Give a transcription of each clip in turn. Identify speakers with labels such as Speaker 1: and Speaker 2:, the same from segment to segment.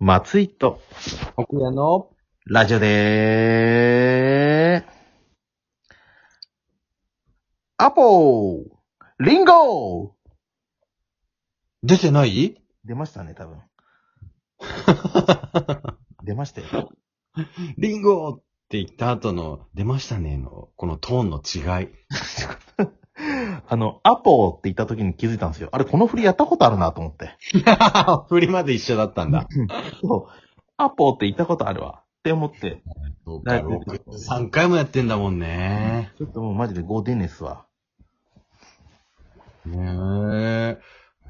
Speaker 1: 松井と、
Speaker 2: 奥屋の、
Speaker 1: ラジオでー、アポーリンゴー
Speaker 2: 出てない
Speaker 1: 出ましたね、多分。出ましたよ。
Speaker 2: リンゴって言った後の、出ましたねの、このトーンの違い。
Speaker 1: あの、アポーって言った時に気づいたんですよ。あれ、この振りやったことあるなと思って。
Speaker 2: 振りまで一緒だったんだ。
Speaker 1: そう。アポーって言ったことあるわ。って思って。
Speaker 2: そう
Speaker 1: だ
Speaker 2: か、
Speaker 1: いぶ
Speaker 2: 僕、3回もやってんだもんね。
Speaker 1: ちょっともうマジでゴーデンネスは。
Speaker 2: ねえ。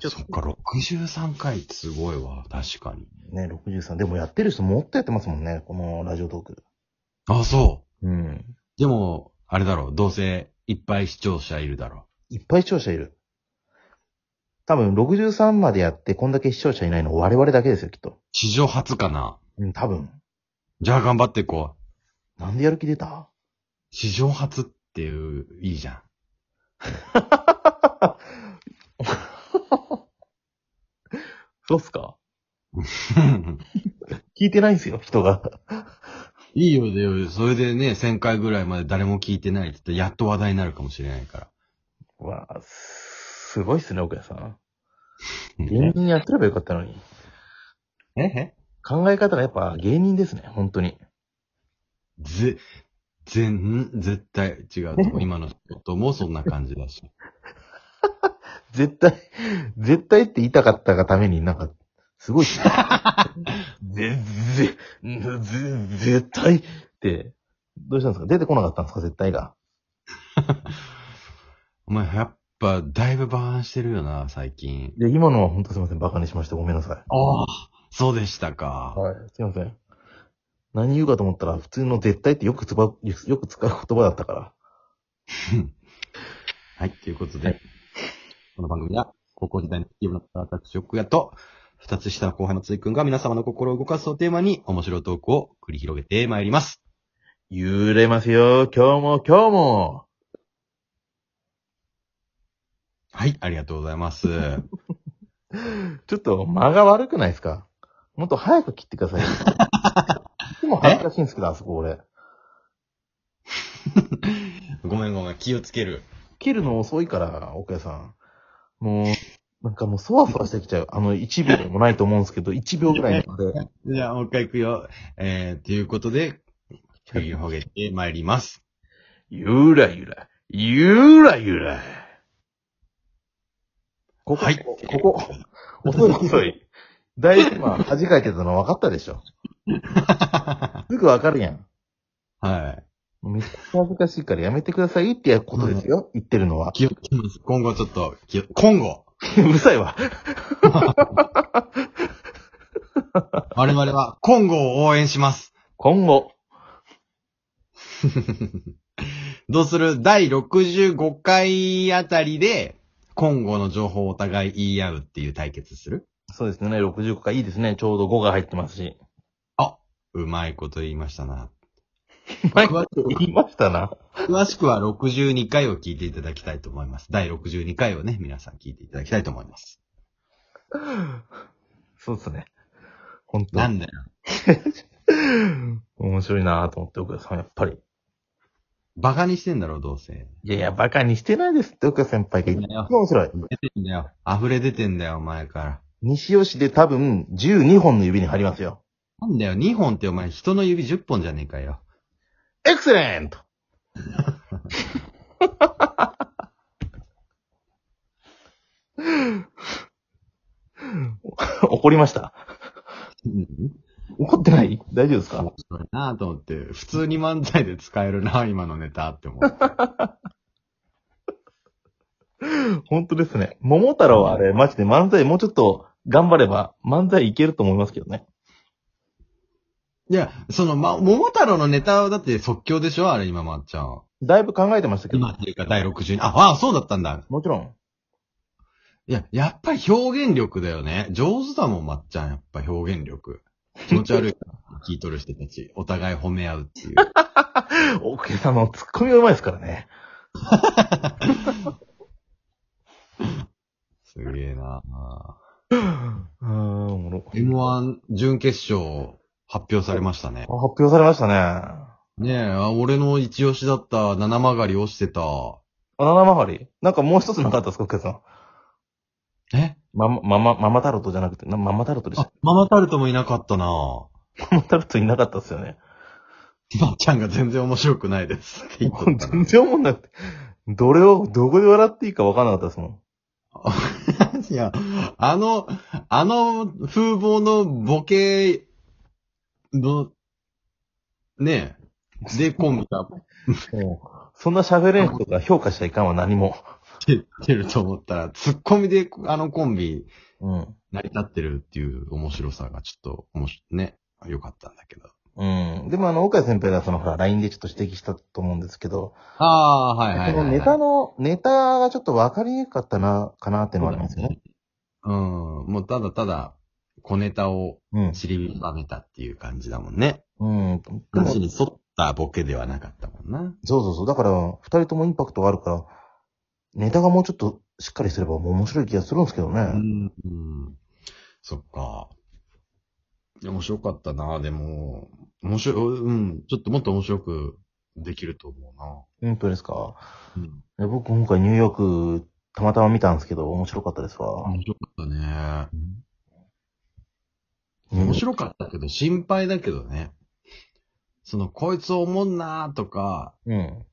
Speaker 1: ちょっと
Speaker 2: そっか、63回ってすごいわ、確かに。
Speaker 1: ね、63。でもやってる人もっとやってますもんね。このラジオトーク。
Speaker 2: あ、そ
Speaker 1: うん。
Speaker 2: う。でも、あれだろう、どうせ、いっぱい視聴者いるだろ
Speaker 1: いっぱい視聴者いる。多分63までやってこんだけ視聴者いないの我々だけですよ、きっと
Speaker 2: う。。地上初かな
Speaker 1: うん、多分。
Speaker 2: じゃあ頑張っていこう。
Speaker 1: なんでやる気出た
Speaker 2: 史上初っていう、いいじゃん。
Speaker 1: そうっすか聞いてないんすよ、人が。
Speaker 2: いいよ、でよ。それでね、1000回ぐらいまで誰も聞いてないって言って、やっと話題になるかもしれないから。
Speaker 1: わあ、すごいっすね、奥谷さん。芸人やってればよかったのに。
Speaker 2: ええ
Speaker 1: 考え方がやっぱ芸人ですね、本当に。
Speaker 2: ぜ、全、絶対違うと思う。今のこともそんな感じだし。
Speaker 1: 絶対、絶対って言いたかったがためになんか、すごいっ すね。ぜ、ぜ、ぜ、絶対って、どうしたんですか出てこなかったんですか絶対が。
Speaker 2: お前、やっぱ、だいぶバカンしてるよな、最近。
Speaker 1: で、今のは本当すいません。バカにしました。ごめんなさい。
Speaker 2: ああ、そうでしたか。
Speaker 1: はい。すいません。何言うかと思ったら、普通の絶対ってよくつば、よくよく使う言葉だったから。
Speaker 2: はい、ということ
Speaker 1: は
Speaker 2: で、この番組は、高校時代のスキー部の私、奥谷と、二つ下の後輩のついくんが皆様の心を動かすをテーマに、面白いトークを繰り広げてまいります。
Speaker 1: 揺れますよ。今日も今日も。
Speaker 2: はい、ありがとうございます。
Speaker 1: ちょっと間が悪くないですかもっと早く切ってくだ さいよ。いつも恥ずかしいんですけど、あそこ俺。
Speaker 2: ごめんごめん、気をつける。
Speaker 1: 切るの遅いから、奥谷さん。もう、なんかもうそわそわしてきちゃう。あの、1秒でもないと思うんです けど、1秒ぐらいまで。
Speaker 2: じゃあ、もう一回行くよ。えー、ということで、振りほげてまいります。
Speaker 1: ゆらゆら、ゆらゆら。ここ、
Speaker 2: はい
Speaker 1: こ こ、遅い遅い。だいぶ今、恥かいてたの分かったでしょ。
Speaker 2: は
Speaker 1: すぐ分かるやん。
Speaker 2: い。
Speaker 1: めっちゃ恥ずかしいからやめてくださいってことですよ、言ってるのは。
Speaker 2: 気をつけます。今後ちょっと、気を、今後
Speaker 1: うるさいわ。
Speaker 2: 我々は、今後を応援します。
Speaker 1: 今後。
Speaker 2: どうする第65回あたりで、今後の情報をお互い言い合うっていう対決する
Speaker 1: そうですね、65回いいですね。ちょうど5が入ってますし。
Speaker 2: うまいこと言いましたな。
Speaker 1: 前は言いましたな。
Speaker 2: 詳しくは62回を聞いていただきたいと思います。第62回をね、皆さん聞いていただきたいと思います。
Speaker 1: そうですね。本当
Speaker 2: なんだよ。
Speaker 1: 面白いなぁと思って、奥田さん、やっぱり。
Speaker 2: バカにしてんだろ、どうせ。
Speaker 1: いやいや、バカにしてないですって、奥田先輩が言って。面白い。
Speaker 2: 出てんだよ。溢れ出てんだよ、お前から。
Speaker 1: 西尾市で多分12本の指に貼りますよ。
Speaker 2: なんだよ、2本ってお前人の指10本じゃねえかよ。
Speaker 1: エクセレント 怒りました。怒ってない大丈夫ですか
Speaker 2: 面白いなぁと思って、普通に漫才で使えるなぁ、今のネタって思う。
Speaker 1: 本当ですね。桃太郎はあれ、マジで漫才もうちょっと頑張れば漫才いけると思いますけどね。
Speaker 2: いや、その、ま、桃太郎のネタはだって即興でしょあれ、今、まっちゃん。
Speaker 1: だいぶ考えてましたけど
Speaker 2: 今。っていうか、第62。あ、あ、そうだったんだ。
Speaker 1: もちろん。
Speaker 2: いや、やっぱり表現力だよね。上手だもん、まっちゃん。やっぱ表現力。気持ち悪い。聞いとる人たち。お互い褒め合うっていう。
Speaker 1: 奥さんのツッコミがうまいですからね。
Speaker 2: すげえなぁ
Speaker 1: あー、おもろ。
Speaker 2: M1 準決勝発表されましたね
Speaker 1: あ。発表されましたね。あ、
Speaker 2: ねえ、あ俺の一押しだった七曲りをしてた。
Speaker 1: 七曲りなんかもう一つなかったですか、福さん。
Speaker 2: え
Speaker 1: ママ、ママ、ママタルトじゃなくて、なママタルトでし
Speaker 2: あ
Speaker 1: た。、
Speaker 2: ママタルトもいなかったな
Speaker 1: ママタルトいなかったっすよね。
Speaker 2: ばっちゃんが全然面白くないですって言っとった
Speaker 1: 全然思んなくて。どれを、どこで笑っていいか分かんなかったですもん。
Speaker 2: な。いや、あの、あの風貌のボケの、ねえ、でコンビが
Speaker 1: そんな喋れん人が評価しちゃいかんわ、何も。
Speaker 2: 出てると思ったら、ツッコミであのコンビ
Speaker 1: うん。
Speaker 2: 成り立ってるっていう面白さがちょっと、面白ね、良かったんだけど。
Speaker 1: うん。でもあの、岡井先輩がその、ほら、LINE でちょっと指摘したと思うんですけど、
Speaker 2: ああ、はいはいはい、
Speaker 1: こ
Speaker 2: はい。
Speaker 1: のネタの、ネタがちょっと分かりにくかったな、かなっていうのはありますよね。
Speaker 2: うん。もうただただ、小ネタを
Speaker 1: うん。
Speaker 2: 散りばめたっていう感じだもんね。
Speaker 1: うん。でも
Speaker 2: 話に沿ったボケではなかったもんな。
Speaker 1: そうそうそう。だから、二人ともインパクトがあるから、ネタがもうちょっとしっかりすればもう面白い気がするんですけどね。
Speaker 2: うん。うんそっか。いや面白かったな、でも。面白い、うん。ちょっともっと面白くできると思
Speaker 1: 本当ですか。
Speaker 2: うな。うん。
Speaker 1: いや僕今回ニューヨーク、たまたま見たんですけど、面白かったですわ。
Speaker 2: 面白かったね。
Speaker 1: 面
Speaker 2: 面白かったけど、心配だけどね。その、こいつおもんなーとか、
Speaker 1: うん。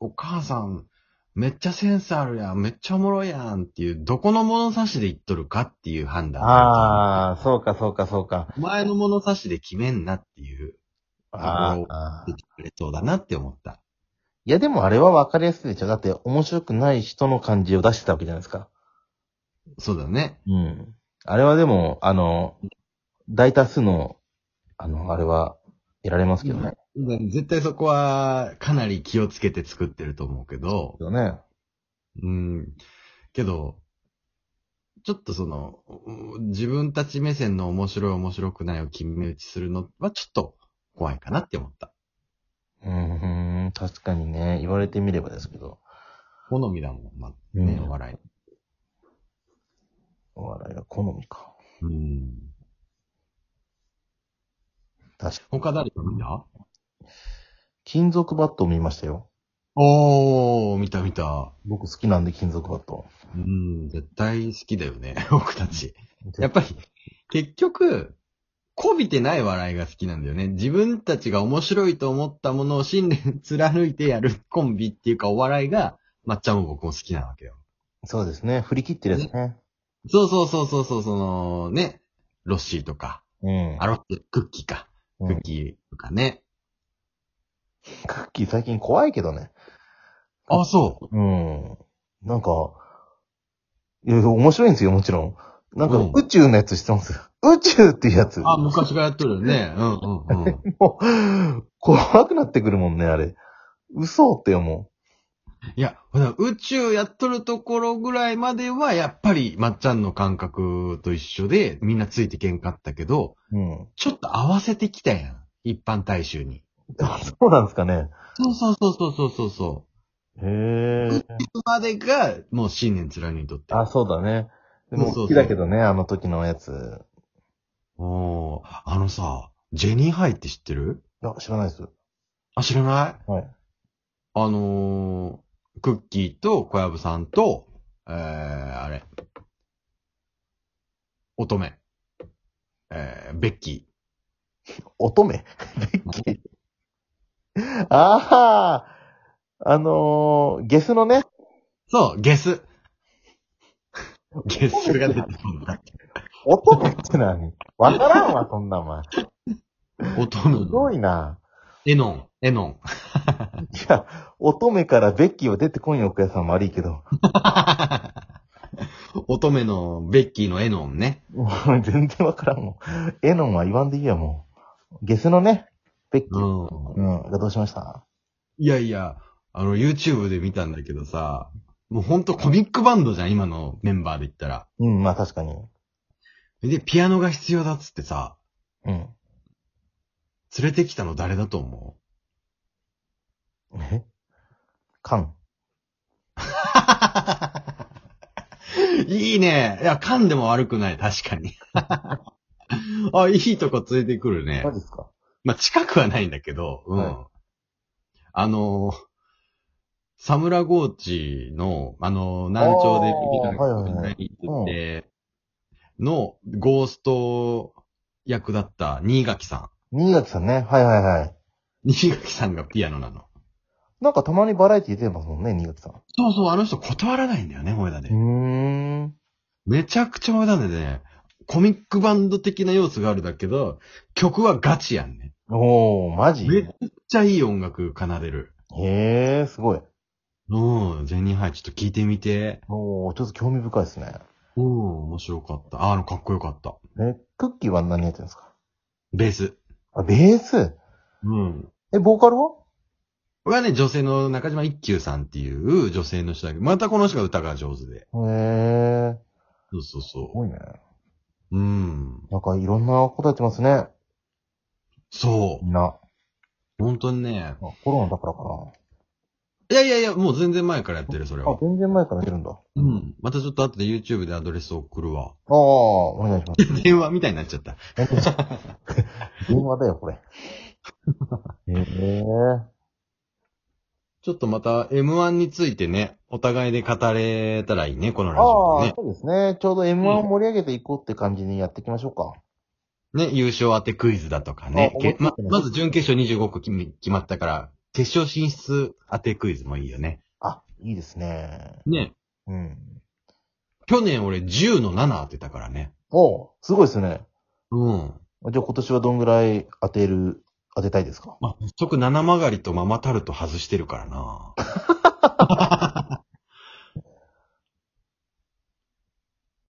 Speaker 2: お母さん、めっちゃセンスあるやん、めっちゃおもろいやんっていう、どこの物差しで言っとるかっていう判断。
Speaker 1: ああ、そうかそうかそうか。
Speaker 2: お前の物差しで決めんなっていう、
Speaker 1: あ
Speaker 2: ここ
Speaker 1: あ
Speaker 2: 出。てくれそうだなって思った。
Speaker 1: いやでもあれは分かりやすいでしょ。だって面白くない人の感じを出してたわけじゃないですか。
Speaker 2: そうだね。
Speaker 1: うん。あれはでも、あの、大多数の、あの、あれは得られますけどね。
Speaker 2: 絶対そこは、かなり気をつけて作ってると思うけど
Speaker 1: け、どね。
Speaker 2: うん。けど、ちょっとその、うん自分たち目線の面白い面白くないを決め打ちするのはちょっと怖いかなって思った。
Speaker 1: うーん、確かにね、言われてみればですけど。
Speaker 2: 好みだもん、まあ、
Speaker 1: うん
Speaker 2: ね、お笑い。
Speaker 1: お笑いが好みか。
Speaker 2: うん。
Speaker 1: 確かに。
Speaker 2: 他誰か見た
Speaker 1: 金属バットを見ましたよ。
Speaker 2: おー、見た見た。
Speaker 1: 僕好きなんで、金属バット。
Speaker 2: うん、絶対好きだよね、 僕たち。やっぱり、結局、こびてない笑いが好きなんだよね。自分たちが面白いと思ったものを信念貫いてやるコンビっていうかお笑いが、まっちゃんも僕も好きなわけよ。
Speaker 1: そうですね。振り切ってですね。
Speaker 2: そうそうそうそうそう、その、ね、ロッシーとか、
Speaker 1: うん。
Speaker 2: あロッテ、クッキーか。
Speaker 1: う
Speaker 2: ク
Speaker 1: ん
Speaker 2: ッ、キーとかね。
Speaker 1: クッキー最近怖いけどね。
Speaker 2: あ、そう。
Speaker 1: うん。なんか、いや、面白いんですよ、もちろん。なんか
Speaker 2: うん、
Speaker 1: 宇宙のやつしてます。宇宙っていうやつ。
Speaker 2: あ、昔からやっとるよね。うんうんうん。
Speaker 1: もう、怖くなってくるもんね、あれ。嘘って思
Speaker 2: いや、ほら宇宙やっとるところぐらいまでは、やっぱり、まっちゃんの感覚と一緒で、みんなついてけんかったけど、
Speaker 1: う。うん。
Speaker 2: ちょっと合わせてきたやん。一般大衆に。
Speaker 1: そうなんですかね。
Speaker 2: そうそうそうそうそうそうそ
Speaker 1: へえ。
Speaker 2: う。までが、もう信念貫いとって。
Speaker 1: あ、そうだね。でも
Speaker 2: そうそうそう
Speaker 1: 好きだけどね、あの時のやつ。
Speaker 2: おーあのさ、ジェニーハイって知ってる
Speaker 1: いや、知らないです。
Speaker 2: あ、知らない
Speaker 1: はい。
Speaker 2: あのー、クッキーと小籔さんと、えー、あれ。乙女。えー、ベッキ
Speaker 1: 乙女 ベッキー。あああのー、ゲスのね。
Speaker 2: ー。そう、ゲス。ゲスが出てく
Speaker 1: 乙女って何わからんわ、そんなお前。す
Speaker 2: る。 乙女。
Speaker 1: ごいな。
Speaker 2: エノン、エノン。
Speaker 1: いや、乙女からベッキーは出てこんよ、奥屋さんも悪いけど。
Speaker 2: 乙女のベッキーのエノンね。
Speaker 1: もう全然わからんもん。エノンは言わんでいいや、もう。ゲスのね、ベッキー。
Speaker 2: う。
Speaker 1: うんん。がどうしました
Speaker 2: いやいや、あの、YouTube で見たんだけどさ、もうほんとコミックバンドじゃん、今のメンバーで言ったら。
Speaker 1: うん、まあ確かに。
Speaker 2: で、ピアノが必要だっつってさ、
Speaker 1: うん。
Speaker 2: 連れてきたの誰だと思 う
Speaker 1: えカン。
Speaker 2: いいね。いや、噛んでも悪くない、確かに。 あ、いいとこついてくるね。
Speaker 1: マジっすか
Speaker 2: まあ、近くはないんだけど、うん。
Speaker 1: はい
Speaker 2: あのー、サムラゴーチの、あのー、南朝で見た
Speaker 1: あーはいはい
Speaker 2: で、のゴースト役だった新垣さ
Speaker 1: 新垣さんね。はいはいはい。
Speaker 2: ん。新垣さんがピアノなの。
Speaker 1: なんかたまにバラエティ出てますもんね、新垣さん。
Speaker 2: そうそう、あの人断らないんだよね、萌えだで。
Speaker 1: ーん。
Speaker 2: めちゃくちゃ萌えだでね、コミックバンド的な要素があるだけど、曲はガチやんね。
Speaker 1: おー、マジ
Speaker 2: めっちゃいい音楽奏でる。
Speaker 1: へー、すごい。
Speaker 2: うん、ゼニーハイちょっと聞いてみて。
Speaker 1: おー、ちょっと興味深いですね。
Speaker 2: うん、面白かった。あ、あの、かっこよかった。
Speaker 1: え、クッキーは何やってるんですか
Speaker 2: ベース。
Speaker 1: あ、ベース
Speaker 2: うん。
Speaker 1: え、ボーカルは
Speaker 2: これはね、女性の中島一休さんっていう女性の人だけど、またこの人が歌が上手
Speaker 1: へ
Speaker 2: で。
Speaker 1: ー、す
Speaker 2: そうそうそ
Speaker 1: ごいね。
Speaker 2: う。うん。
Speaker 1: なんかいろんなことやってますね。
Speaker 2: そ
Speaker 1: みんな。
Speaker 2: う。本当にね。
Speaker 1: あコロナだからか
Speaker 2: いやいやいや、もう全然前からやってる、それ
Speaker 1: な。あ
Speaker 2: は、。
Speaker 1: 全然前からやってるんだ。ああ、
Speaker 2: うん。またちょっと後で YouTube でアドレス送るわ。
Speaker 1: お願いします。
Speaker 2: 電話みたいになっちゃった。
Speaker 1: 電話だよ、これ。へえー。
Speaker 2: ちょっとまた M1 についてね、お互いで語れたらいいね、このラジオ
Speaker 1: ああ、
Speaker 2: でね。
Speaker 1: そうですね。ちょうど M1 を盛り上げていこうって感じにやっていきましょうか。
Speaker 2: ね、優勝当てクイズだとかね
Speaker 1: あ。
Speaker 2: けま
Speaker 1: 思いついてね
Speaker 2: まず準決勝25個決め決まったから、決勝進出当てクイズもいいよね。
Speaker 1: あ、いいですね。
Speaker 2: ね。
Speaker 1: うん。
Speaker 2: 去年俺10の7当てたからね。
Speaker 1: おうすごいですね。
Speaker 2: うん。
Speaker 1: じゃあ今年はどんぐらい当てる、当てたいですか
Speaker 2: まあ、即七曲がりとママタルト外してるからな。